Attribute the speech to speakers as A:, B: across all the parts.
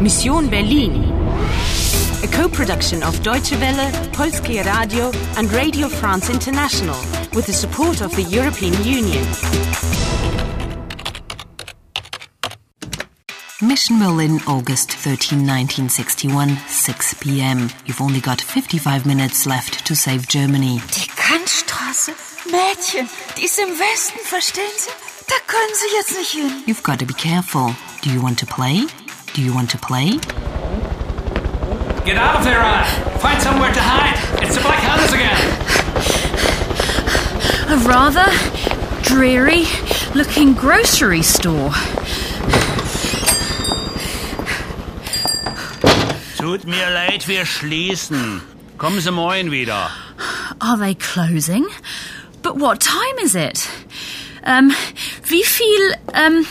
A: Mission Berlin. A co-production of Deutsche Welle, Polskie Radio and Radio France International with the support of the European Union.
B: Mission Berlin, August 13, 1961, 6 p.m. You've only got 55 minutes left to save Germany.
C: Die Kantstraße? Mädchen, die ist im Westen, verstehen Sie? Da können Sie jetzt nicht hin.
B: You've got to be careful. Do you want to play? Do you want to play?
D: Get out of there, Anna. Find somewhere to hide. It's the Black Hunters again.
E: A rather dreary looking grocery store.
F: Tut mir leid, wir schließen. Kommen Sie morgen wieder.
E: Are they closing? But what time is it? Um, wie viel, um,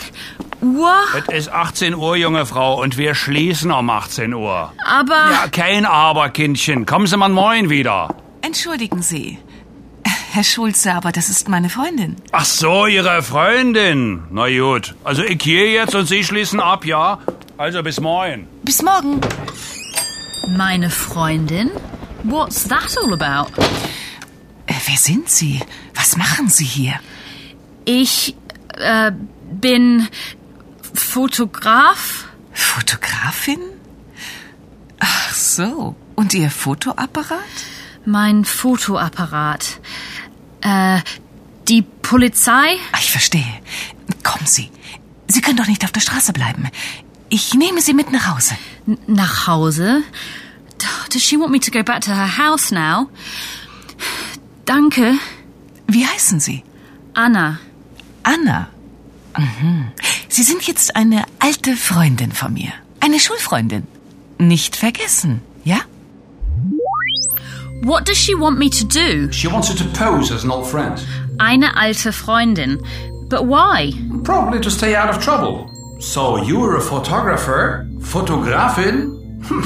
E: Uhr?
F: Es ist 18 Uhr, junge Frau, und wir schließen um 18 Uhr.
E: Aber
F: Ja, kein Aber, Kindchen. Kommen Sie mal morgen wieder.
C: Entschuldigen Sie. Herr Schulze, aber das ist meine Freundin.
F: Ach so, Ihre Freundin. Na gut. Also ich gehe jetzt und Sie schließen ab, ja? Also bis morgen.
C: Bis morgen.
E: meine Freundin? What's that all about?
C: Äh, wer sind Sie? Was machen Sie hier?
E: Ich äh, bin Fotograf.
C: Fotografin? Ach so. Und Ihr Fotoapparat?
E: Mein Fotoapparat. Äh, die Polizei?
C: Ah, Ich verstehe. Kommen Sie. Sie können doch nicht auf der Straße bleiben. Ich nehme Sie mit nach Hause.
E: N nach Hause? Does she want me to go back to her house now? Danke,
C: Wie heißen Sie?
E: Anna.
C: Anna. Mhm. Sie sind jetzt eine alte Freundin von mir. Eine Schulfreundin. Nicht vergessen, ja?
E: What does she want me to do?
D: She wants you to pose as an old friend.
E: Eine alte Freundin. But why?
D: Probably to stay out of trouble. So you're a photographer? Fotografin? Hmm,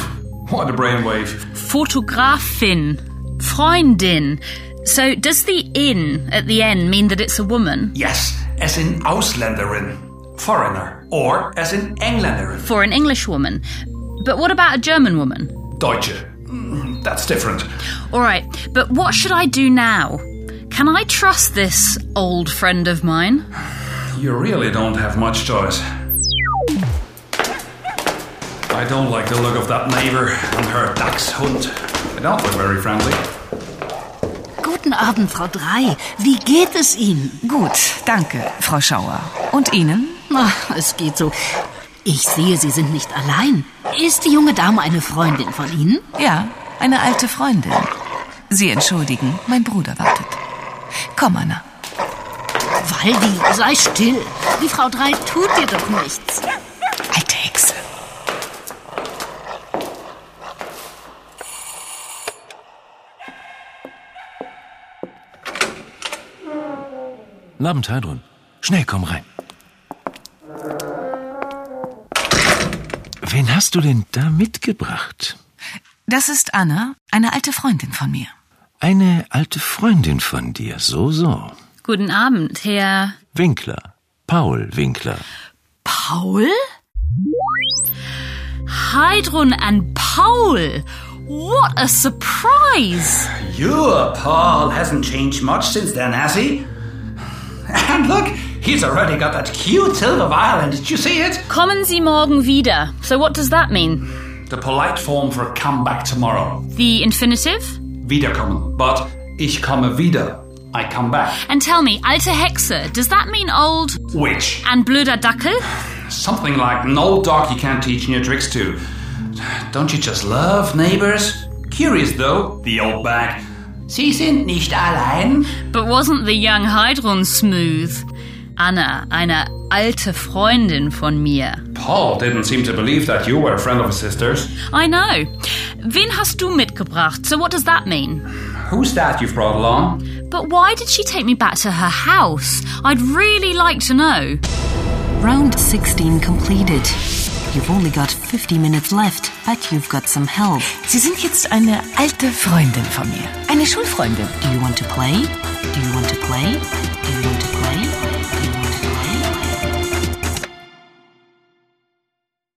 D: what a brainwave.
E: Fotografin. Freundin. So does the in at the end mean that it's a woman?
D: Yes, as in Ausländerin. Foreigner. Or as in Engländerin.
E: For an English woman. But what about a German woman?
D: Deutsche. Hmm, That's different.
E: All right, but what should I do now? Can I trust this old friend of mine?
D: You really don't have much choice. I don't like the look of that neighbor and her dachshund. They don't look very friendly.
G: Guten Abend, Frau Drei. Wie geht es Ihnen?
C: Gut, danke, Frau Schauer. Und Ihnen?
G: Ach, es geht so. Ich sehe, Sie sind nicht allein. Ist die junge Dame eine Freundin von Ihnen?
C: Ja, eine alte Freundin. Sie entschuldigen, mein Bruder wartet. Komm, Anna.
G: Waldi, sei still. Die Frau Drei tut dir doch nichts.
C: Alte Hexe.
H: Guten Abend, Heidrun. Schnell, komm rein. Wen hast du denn da mitgebracht?
C: Das ist Anna, eine alte Freundin von mir.
H: Eine alte Freundin von dir, so, so.
E: Guten Abend, Herr
H: Winkler. Paul Winkler.
E: Paul? Heidrun and Paul! What a surprise!
D: Your Paul hasn't changed much since then, has he? And look, he's already got that cute silver violin. Did you see it?
E: Kommen Sie morgen wieder. So, what does that mean?
D: The polite form for come back tomorrow.
E: The infinitive?
D: Wiederkommen. But ich komme wieder. I come back.
E: And tell me, alte Hexe, does that mean old
D: Which?
E: and blöder Dackel?
D: Something like an old dog you can't teach new tricks to. Don't you just love neighbors? Curious though, the old bag. Sie sind nicht allein.
E: But wasn't the young Heidrun smooth? Anna, eine alte Freundin von mir.
D: Paul didn't seem to believe that you were a friend of his sister's.
E: I know. Wen hast du mitgebracht? So what does that mean?
D: Who's that you've brought along?
E: But why did she take me back to her house? I'd really like to know.
B: Round 16 completed. You've only got 50 minutes left, but you've got some help.
C: Sie sind jetzt eine alte Freundin von mir. Eine Schulfreundin.
B: Do you want to play? Do you want to play? Do you want to play?